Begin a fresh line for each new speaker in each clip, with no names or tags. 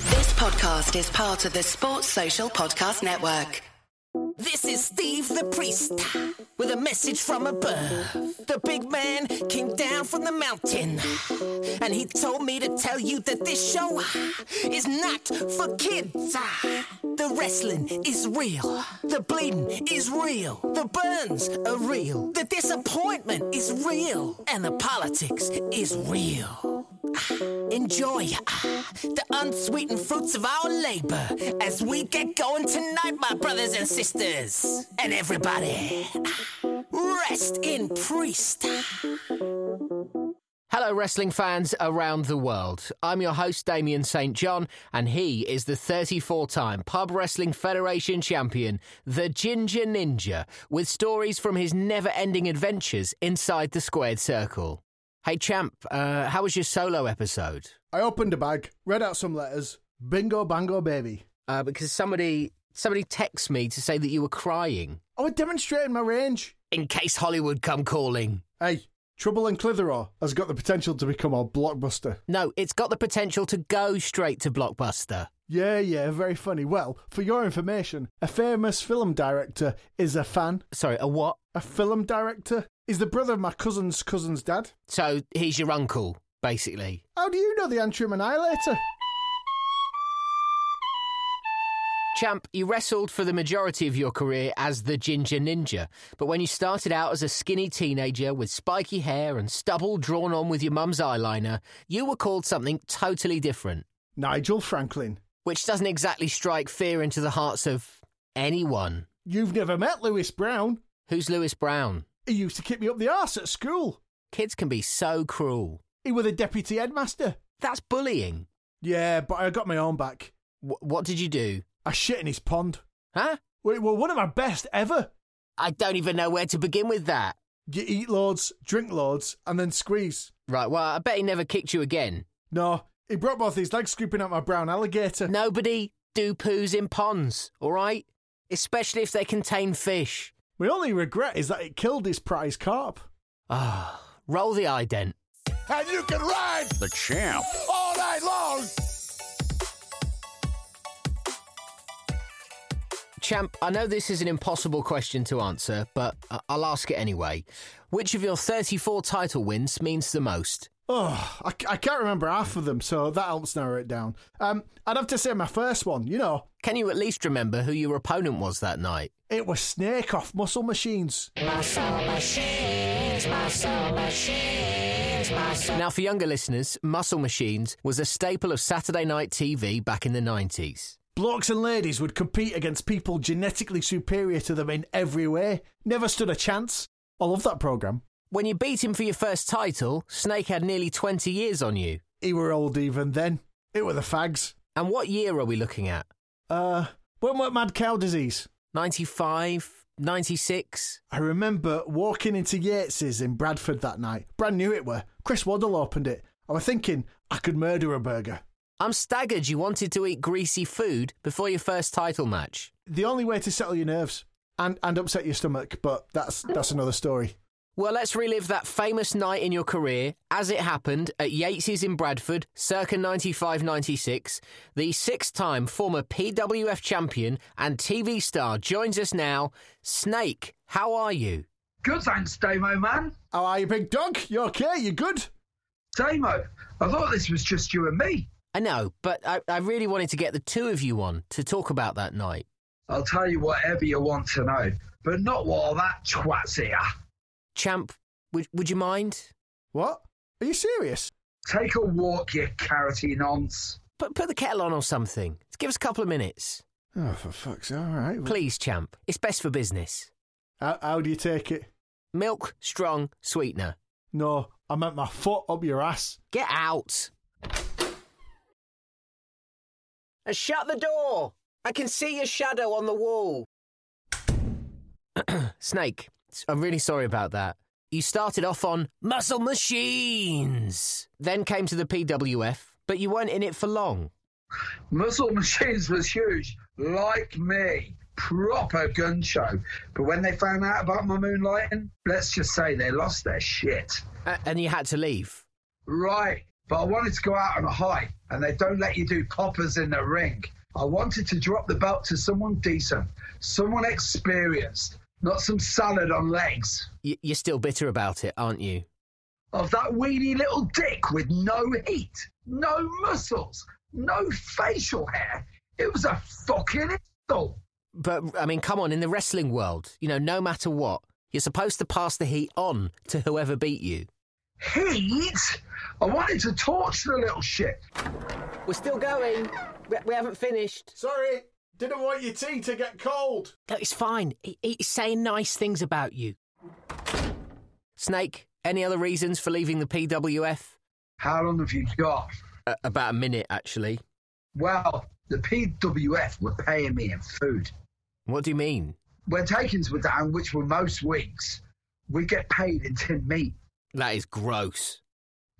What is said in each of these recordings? podcast is part of the Sports Social Podcast Network.
This is Steve the priest with a message from above. The big man came down from the mountain and he told me to tell you that this show is not for kids. The wrestling is real. The bleeding is real. The burns are real. The disappointment is real. And the politics is real. Enjoy ah, the unsweetened fruits of our labor as we get going tonight, my brothers and sisters, and everybody. ah, Rest in priest.
Hello, wrestling fans around the world. I'm your host, Damien St. John, and he is the 34 time Pub Wrestling Federation champion, the Ginger Ninja, with stories from his never ending adventures inside the squared circle. Hey, champ, uh, how was your solo episode?
I opened a bag, read out some letters. Bingo, bango, baby.
Uh, because somebody somebody texted me to say that you were crying.
I was Oh, demonstrating my range.
In case Hollywood come calling.
Hey, Trouble in Clitheroe has got the potential to become a blockbuster.
No, it's got the potential to go straight to blockbuster.
Yeah, yeah, very funny. Well, for your information, a famous film director is a fan.
Sorry, a what?
A film director is the brother of my cousin's cousin's dad.
So he's your uncle, basically.
How do you know the Antrim Annihilator?
Champ, you wrestled for the majority of your career as the Ginger Ninja, but when you started out as a skinny teenager with spiky hair and stubble drawn on with your mum's eyeliner, you were called something totally different,
Nigel Franklin.
which doesn't exactly strike fear into the hearts of anyone.
You've never met Lewis Brown.
Who's Lewis Brown?
He used to kick me up the arse at school.
Kids can be so cruel.
He was a deputy headmaster.
That's bullying.
Yeah, but I got my own back.
Wh- what did you do?
I shit in his pond.
Huh?
It were one of my best ever.
I don't even know where to begin with that.
You eat loads, drink loads, and then squeeze.
Right, well, I bet he never kicked you again.
No, he broke both his legs scooping out my brown alligator.
Nobody do poos in ponds, all right? Especially if they contain fish.
My only regret is that it killed his prize carp.
Ah, roll the eye dent.
and you can ride the champ all night long.
Champ, I know this is an impossible question to answer, but I- I'll ask it anyway. Which of your 34 title wins means the most?
Oh, I, c- I can't remember half of them, so that helps narrow it down. Um, I'd have to say my first one, you know,
Can you at least remember who your opponent was that night?
it was Snake Off Muscle Machines.
Now, for younger listeners, Muscle Machines was a staple of Saturday night TV back in the 90s.
Blokes and ladies would compete against people genetically superior to them in every way. Never stood a chance. I love that programme.
When you beat him for your first title, Snake had nearly 20 years on you.
He were old even then. It were the fags.
And what year are we looking at?
Uh, when were mad cow disease?
95, 96?
I remember walking into Yates's in Bradford that night. Brand new it were. Chris Waddle opened it. I was thinking I could murder a burger.
I'm staggered you wanted to eat greasy food before your first title match.
The only way to settle your nerves and, and upset your stomach, but that's that's another story.
Well, let's relive that famous night in your career as it happened at Yates's in Bradford, circa 95 96. The six time former PWF champion and TV star joins us now. Snake, how are you?
Good, thanks, Damo, man.
How are you, big dog? You okay? You good?
Damo, I thought this was just you and me.
I know, but I, I really wanted to get the two of you on to talk about that night.
I'll tell you whatever you want to know, but not while that twat's here.
Champ, would, would you mind?
What? Are you serious?
Take a walk, you carroty nonce.
Put, put the kettle on or something. Give us a couple of minutes.
Oh, for fuck's all right.
Please, champ. It's best for business.
How, how do you take it?
Milk, strong, sweetener.
No, I meant my foot up your ass.
Get out. And Uh, shut the door. I can see your shadow on the wall. Snake, s- I'm really sorry about that. You started off on muscle machines, then came to the PWF, but you weren't in it for long.
Muscle Machines was huge, like me. Proper gun show. But when they found out about my moonlighting, let's just say they lost their shit.
A- and you had to leave.
Right, but I wanted to go out on a high. and they don't let you do poppers in the ring. I wanted to drop the belt to someone decent, someone experienced, not some salad on legs.
Y- you're still bitter about it, aren't you?
Of that weeny little dick with no heat, no muscles, no facial hair. It was a fucking insult.
But, I mean, come on, in the wrestling world, you know, no matter what, you're supposed to pass the heat on to whoever beat you.
Heat? I wanted to torture the little shit.
We're still going. We- We haven't finished.
Sorry, didn't want your tea to get cold.
No, it's fine. He- He's saying nice things about you. Snake, any other reasons for leaving the PWF?
How long have you got?
Uh, about a minute, actually.
Well, the PWF were paying me in food.
What do you mean?
When takings were down, which were most weeks, we get paid in tin meat.
That is gross.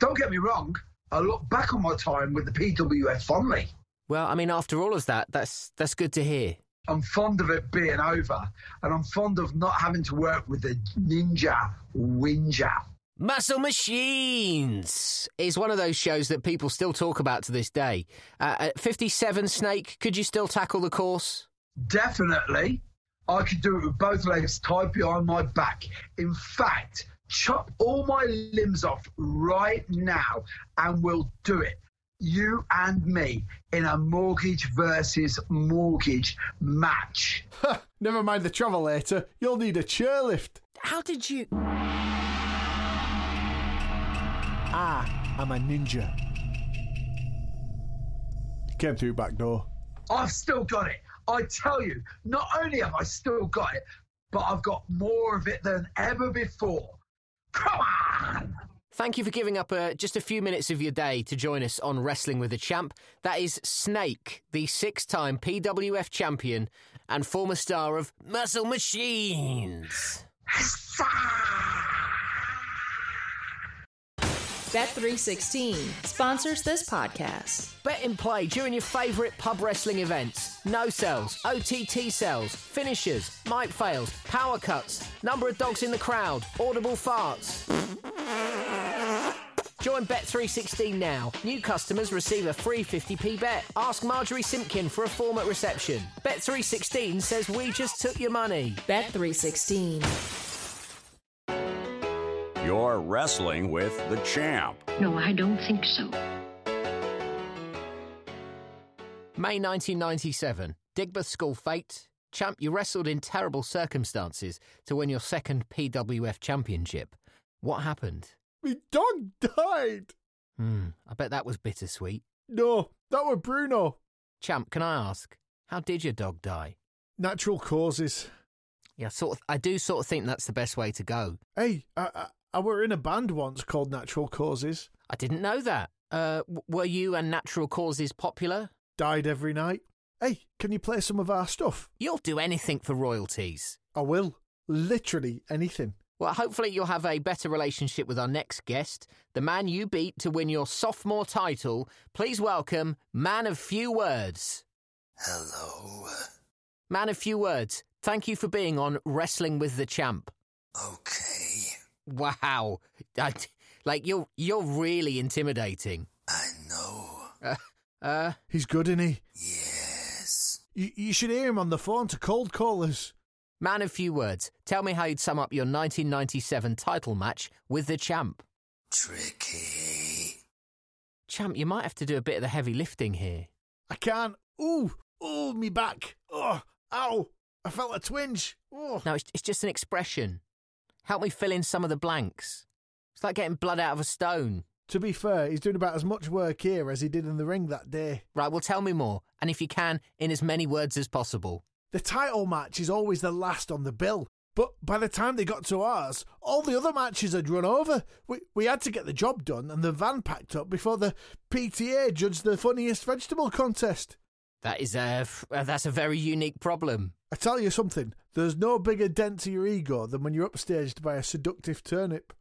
Don't get me wrong, I look back on my time with the PWF fondly.
Well, I mean, after all of that, that's that's good to hear.
I'm fond of it being over, and I'm fond of not having to work with the ninja whinger.
Muscle Machines is one of those shows that people still talk about to this day. Uh, at 57, Snake, could you still tackle the course?
Definitely, I could do it with both legs tied behind my back. In fact, chop all my limbs off right now, and we'll do it. You and me in a mortgage versus mortgage match.
Never mind the travel later. You'll need a chairlift.
How did you?
Ah, I'm a ninja. He came through back door.
I've still got it. I tell you, not only have I still got it, but I've got more of it than ever before. Come on!
Thank you for giving up uh, just a few minutes of your day to join us on Wrestling with a Champ. That is Snake, the six-time PWF champion and former star of Muscle Machines.
Bet316 sponsors this podcast.
Bet and play during your favourite pub wrestling events. No sells, OTT sells, finishers, mic fails, power cuts, number of dogs in the crowd, audible farts. Join Bet316 now. New customers receive a free 50p bet. Ask Marjorie Simpkin for a form at reception. Bet316 says we just took your money.
Bet316.
You're wrestling with the champ.
No, I don't think so.
May 1997. Digbeth School Fate. Champ, you wrestled in terrible circumstances to win your second PWF championship. What happened?
My dog died.
Hmm, I bet that was bittersweet.
No, that were Bruno.
Champ, can I ask, how did your dog die?
Natural causes.
Yeah, I sort of, I do sort of think that's the best way to go.
Hey, I, I, I were in a band once called Natural Causes.
I didn't know that. Uh, w- were you and natural causes popular?
Died every night. Hey, can you play some of our stuff?
You'll do anything for royalties.
I will. Literally anything.
Well, hopefully you'll have a better relationship with our next guest, the man you beat to win your sophomore title. Please welcome Man of Few Words.
Hello.
Man of Few Words, thank you for being on Wrestling with the Champ.
Okay.
Wow. I- like you're you're really intimidating.
I know.
Uh
He's good, isn't he?
Yes.
You, you should hear him on the phone to cold callers.
Man of few words, tell me how you'd sum up your 1997 title match with the champ.
Tricky.
Champ, you might have to do a bit of the heavy lifting here.
I can't. Ooh, ooh, me back. Oh, ow. I felt a twinge. Oh.
No, it's, it's just an expression. Help me fill in some of the blanks. It's like getting blood out of a stone.
To be fair, he's doing about as much work here as he did in the ring that day.
Right, well, tell me more, and if you can, in as many words as possible.
The title match is always the last on the bill. But by the time they got to ours, all the other matches had run over. We, we had to get the job done and the van packed up before the PTA judged the funniest vegetable contest.
That is a f- uh, that's a very unique problem.
I tell you something, there's no bigger dent to your ego than when you're upstaged by a seductive turnip.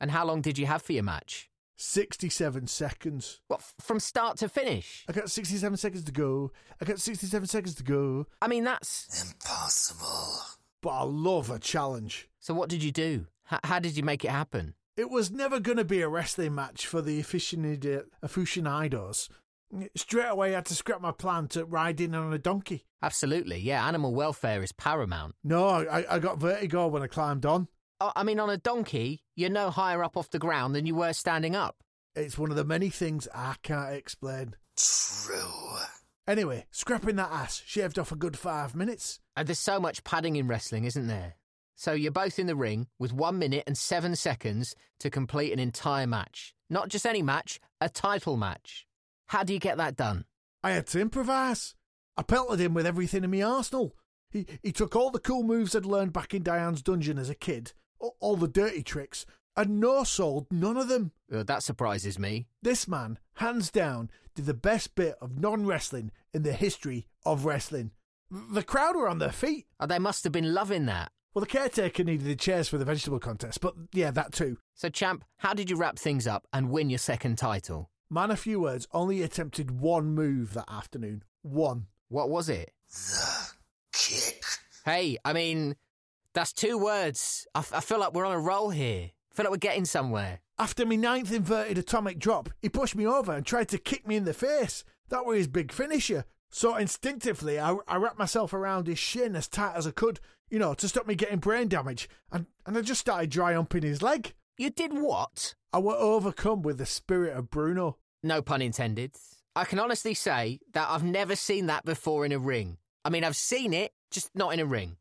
And how long did you have for your match?
67 seconds.
What, f- from start to finish?
I got 67 seconds to go. I got 67 seconds to go.
I mean, that's.
Impossible.
But I love a challenge.
So, what did you do? H- how did you make it happen?
It was never going to be a wrestling match for the aficionado- uh, aficionados. Straight away, I had to scrap my plan to ride in on a donkey.
Absolutely, yeah, animal welfare is paramount.
No, I, I got vertigo when I climbed on.
I I mean, on a donkey, you're no higher up off the ground than you were standing up.
It's one of the many things I can't explain.
True.
Anyway, scrapping that ass shaved off a good five minutes.
And Uh, there's so much padding in wrestling, isn't there? So you're both in the ring with one minute and seven seconds to complete an entire match. Not just any match, a title match. How do you get that done?
I had to improvise. I pelted him with everything in my arsenal. He he took all the cool moves I'd learned back in Diane's dungeon as a kid, a- all the dirty tricks, and no sold none of them.
Uh, that surprises me.
This man, hands down, did the best bit of non wrestling in the history of wrestling. The crowd were on their feet.
Uh, they must have been loving that.
Well, the caretaker needed the chairs for the vegetable contest, but yeah, that too.
So, champ, how did you wrap things up and win your second title?
Man, a few words, only attempted one move that afternoon. One.
What was it?
The kick.
Hey, I mean, that's two words. I, f- I feel like we're on a roll here. I feel like we're getting somewhere.
After my ninth inverted atomic drop, he pushed me over and tried to kick me in the face. That were his big finisher. So instinctively, I, I wrapped myself around his shin as tight as I could, you know, to stop me getting brain damage, and, and I just started dry humping his leg.
You did what?
I were overcome with the spirit of Bruno.
No pun intended. I can honestly say that I've never seen that before in a ring. I mean, I've seen it, just not in a ring.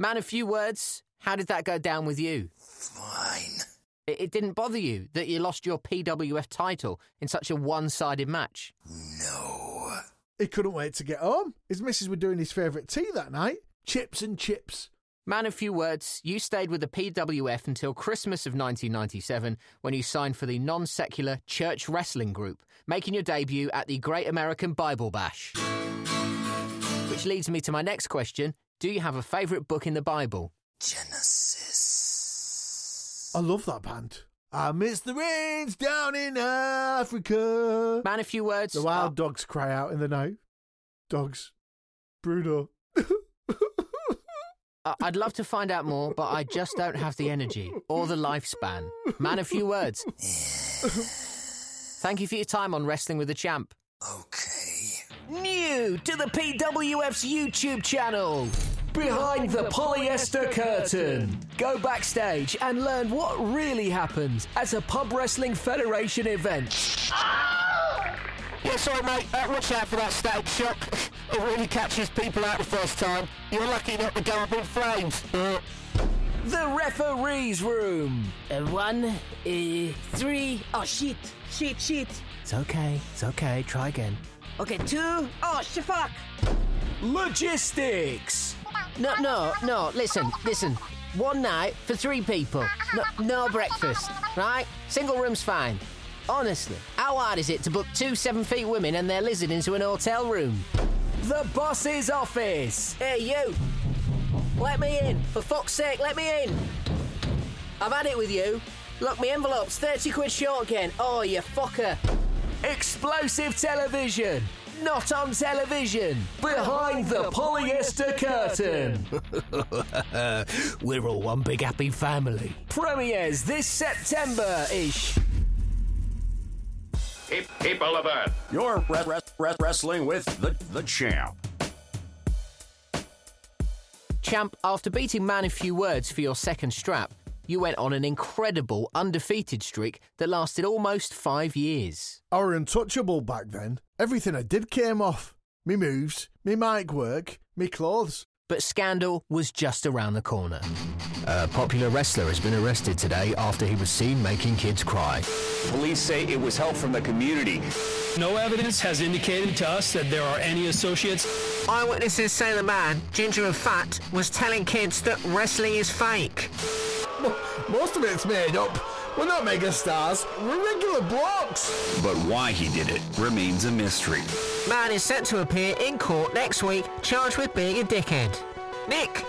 Man, a few words. How did that go down with you?
Fine.
It, it didn't bother you that you lost your PWF title in such a one sided match.
No.
He couldn't wait to get home. His missus were doing his favourite tea that night chips and chips.
Man, a few words. You stayed with the PWF until Christmas of 1997 when you signed for the non secular church wrestling group, making your debut at the Great American Bible Bash. Which leads me to my next question Do you have a favourite book in the Bible?
Genesis.
I love that band. I miss the rains down in Africa.
Man, a few words.
The wild dogs cry out in the night. Dogs. Bruno.
I- I'd love to find out more, but I just don't have the energy or the lifespan. Man, a few words. Thank you for your time on Wrestling with the Champ.
Okay.
New to the PWF's YouTube channel. Behind the polyester curtain. Go backstage and learn what really happens at a Pub Wrestling Federation event.
Yeah, sorry, mate. Uh, watch out for that static shock. It really catches people out the first time. You're lucky not to go up in flames. Uh,
The referee's room.
One, uh, three. Oh, shit. Shit, shit.
It's okay. It's okay. Try again.
Okay, two. Oh, shit, fuck.
Logistics. No, no, no. Listen, listen. One night for three people. No, no breakfast, right? Single room's fine. Honestly, how hard is it to book two seven feet women and their lizard into an hotel room? The boss's office. Hey, you. Let me in. For fuck's sake, let me in. I've had it with you. Look, my envelope's 30 quid short again. Oh, you fucker. Explosive television. Not on television. Behind the polyester curtain. We're all one big happy family. Premieres this September ish.
Pe- People of Earth.
You're re- re- re- wrestling with
The, the champ.
Champ, after beating Man in Few Words for your second strap, you went on an incredible undefeated streak that lasted almost five years.
I were untouchable back then. Everything I did came off. Me moves, me mic work, me clothes.
but scandal was just around the corner. A popular wrestler has been arrested today after he was seen making kids cry.
Police say it was help from the community. No evidence has indicated to us that there are any associates.
Eyewitnesses say the man, ginger and fat, was telling kids that wrestling is fake.
Most of it's made up. We're not mega stars. We're regular blokes.
But why he did it remains a mystery.
Man is set to appear in court next week, charged with being a dickhead. Nick,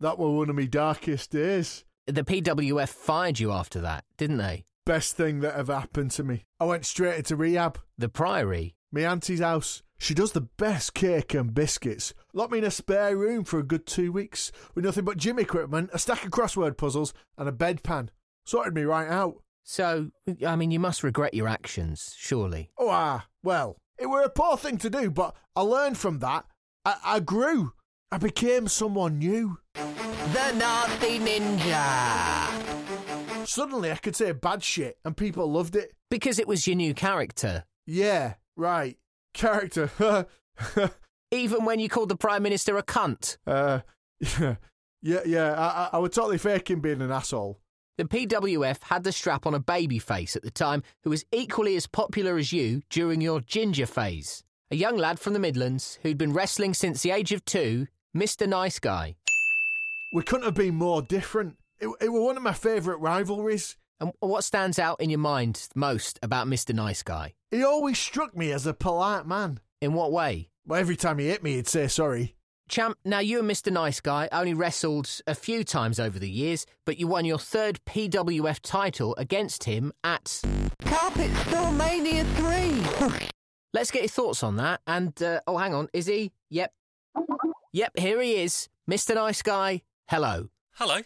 That were one of my darkest days.
The PWF fired you after that, didn't they?
Best thing that ever happened to me. I went straight into rehab.
The Priory.
My auntie's house. She does the best cake and biscuits. Locked me in a spare room for a good two weeks with nothing but gym equipment, a stack of crossword puzzles, and a bedpan. Sorted me right out.
So, I mean, you must regret your actions, surely.
Oh, ah, Well, it were a poor thing to do, but I learned from that. I, I grew. I became someone new.
The Naughty Ninja.
Suddenly I could say bad shit and people loved it.
Because it was your new character.
Yeah, right. Character. Uh,
Even when you called the Prime Minister a cunt.
uh, yeah, yeah, yeah. I, I, I was totally faking being an asshole.
The PWF had the strap on a baby face at the time who was equally as popular as you during your ginger phase. A young lad from the Midlands who'd been wrestling since the age of two, Mr. Nice Guy.
We couldn't have been more different. It, it were one of my favourite rivalries.
And what stands out in your mind most about Mr. Nice Guy?
He always struck me as a polite man.
In what way?
But every time he hit me, he'd say sorry.
Champ, now you and Mr. Nice Guy only wrestled a few times over the years, but you won your third PWF title against him at.
Carpet Store Mania 3.
Let's get your thoughts on that. And, uh, oh, hang on, is he? Yep. Yep, here he is. Mr. Nice Guy, hello.
Hello.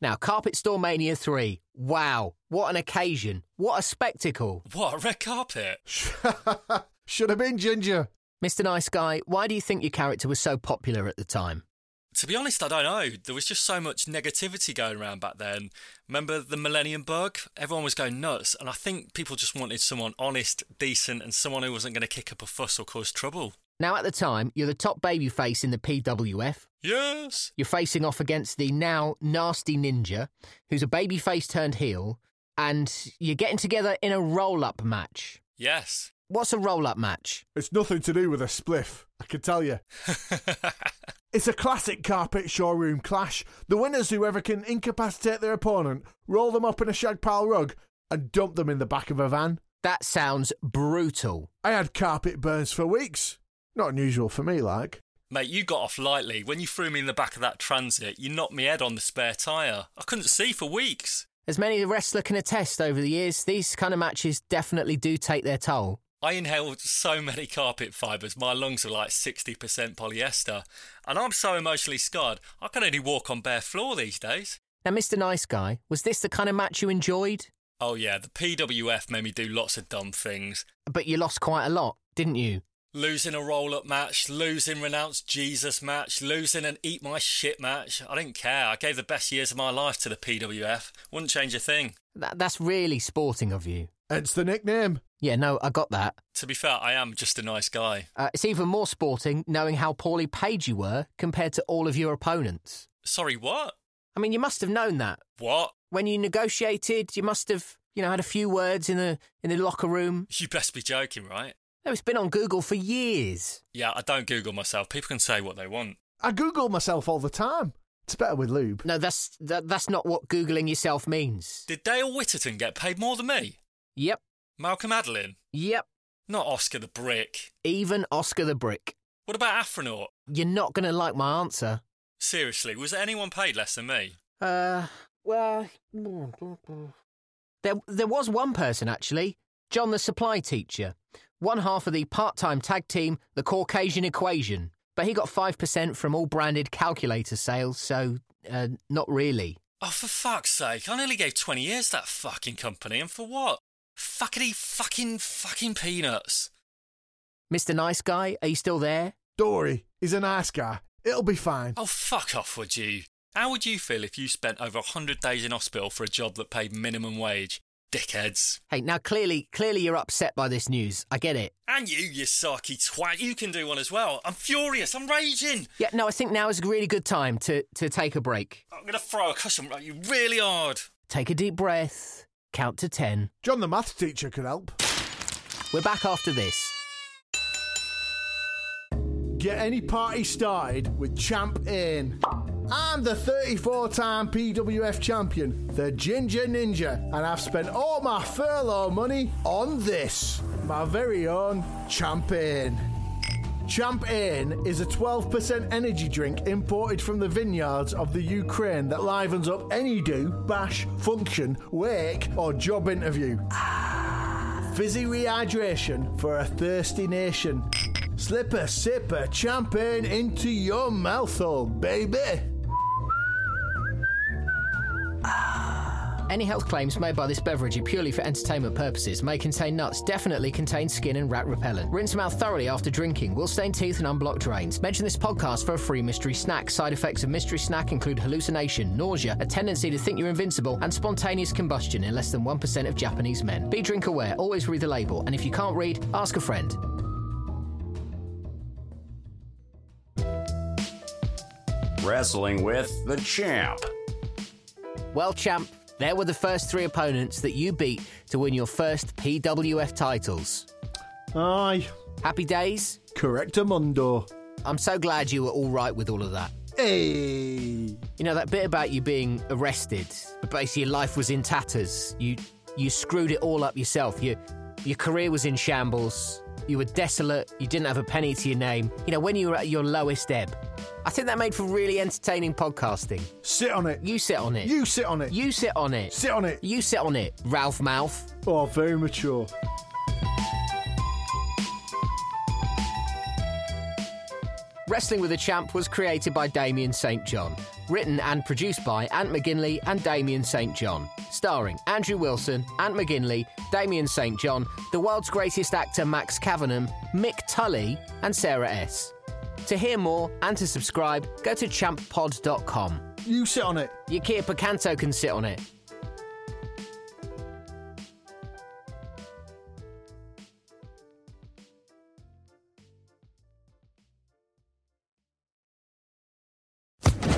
Now, Carpet Store Mania 3. Wow, what an occasion. What a spectacle.
What, a red carpet?
Should have been Ginger.
Mr. Nice Guy, why do you think your character was so popular at the time?
To be honest, I don't know. There was just so much negativity going around back then. Remember the millennium bug? Everyone was going nuts, and I think people just wanted someone honest, decent, and someone who wasn't going to kick up a fuss or cause trouble.
Now, at the time, you're the top babyface in the PWF.
Yes!
You're facing off against the now nasty ninja, who's a babyface turned heel, and you're getting together in a roll up match.
Yes.
What's a roll up match?
It's nothing to do with a spliff, I can tell you. It's a classic carpet showroom clash. The winners, whoever can incapacitate their opponent, roll them up in a shag pile rug and dump them in the back of a van.
That sounds brutal.
I had carpet burns for weeks. Not unusual for me, like.
Mate, you got off lightly. When you threw me in the back of that transit, you knocked me head on the spare tyre. I couldn't see for weeks.
As many a wrestler can attest over the years, these kind of matches definitely do take their toll.
I inhaled so many carpet fibres, my lungs were like 60% polyester. And I'm so emotionally scarred, I can only walk on bare floor these days.
Now, Mr. Nice Guy, was this the kind of match you enjoyed?
Oh, yeah, the PWF made me do lots of dumb things.
But you lost quite a lot, didn't you?
Losing a roll up match, losing Renounce Jesus match, losing an Eat My Shit match. I didn't care. I gave the best years of my life to the PWF. Wouldn't change a thing.
That, that's really sporting of you.
It's the nickname.
Yeah, no, I got that.
To be fair, I am just a nice guy.
Uh, it's even more sporting knowing how poorly paid you were compared to all of your opponents.
Sorry, what?
I mean, you must have known that.
What?
When you negotiated, you must have, you know, had a few words in the in the locker room.
You best be joking, right?
No, It's been on Google for years.
Yeah, I don't Google myself. People can say what they want.
I Google myself all the time. It's better with lube.
No, that's that, that's not what googling yourself means.
Did Dale Whitterton get paid more than me?
Yep,
Malcolm Adlin?
yep.
Not Oscar the Brick.
Even Oscar the Brick.
What about Afronaut?
You're not going to like my answer.
Seriously, was anyone paid less than me?
Uh, well, there there was one person actually, John the supply teacher, one half of the part-time tag team, the Caucasian Equation, but he got five percent from all branded calculator sales, so uh, not really.
Oh, for fuck's sake, I nearly gave 20 years to that fucking company, and for what? Fuckity fucking fucking peanuts.
Mr. Nice Guy, are you still there?
Dory, he's a nice guy. It'll be fine.
Oh, fuck off, would you? How would you feel if you spent over 100 days in hospital for a job that paid minimum wage? Dickheads.
Hey, now clearly, clearly you're upset by this news. I get it.
And you, you sarky twat, you can do one as well. I'm furious, I'm raging.
Yeah, no, I think now is a really good time to, to take a break.
I'm gonna throw a cushion at you really hard.
Take a deep breath, count to 10.
John, the maths teacher, could help.
We're back after this.
Get any party started with Champ In. I'm the 34 time PWF champion, the Ginger Ninja, and I've spent all my furlough money on this my very own Champ In. Champ In is a 12% energy drink imported from the vineyards of the Ukraine that livens up any do, bash, function, wake, or job interview. Fizzy rehydration for a thirsty nation. Slip a sip of champagne into your mouth hole, baby.
Any health claims made by this beverage are purely for entertainment purposes, may contain nuts, definitely contain skin and rat repellent. Rinse mouth thoroughly after drinking, will stain teeth and unblock drains. Mention this podcast for a free mystery snack. Side effects of mystery snack include hallucination, nausea, a tendency to think you're invincible, and spontaneous combustion in less than 1% of Japanese men. Be drink aware, always read the label, and if you can't read, ask a friend.
Wrestling with the champ.
Well, champ, there were the first three opponents that you beat to win your first PWF titles.
Aye.
Happy days?
Correct, Amundo.
I'm so glad you were all right with all of that.
Hey.
You know that bit about you being arrested, but basically your life was in tatters. You you screwed it all up yourself. Your your career was in shambles. You were desolate. You didn't have a penny to your name. You know when you were at your lowest ebb. I think that made for really entertaining podcasting.
Sit on it.
You sit on it.
You sit on it.
You sit on it.
Sit on it.
You sit on it. Ralph Mouth.
Oh, very mature.
Wrestling with a Champ was created by Damien St. John, written and produced by Ant McGinley and Damien St. John, starring Andrew Wilson, Ant McGinley, Damien St. John, the world's greatest actor Max Cavanagh, Mick Tully, and Sarah S. To hear more and to subscribe, go to champpod.com.
You sit on it.
Yakir Picanto can sit on it.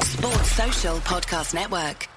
Sports Social Podcast Network.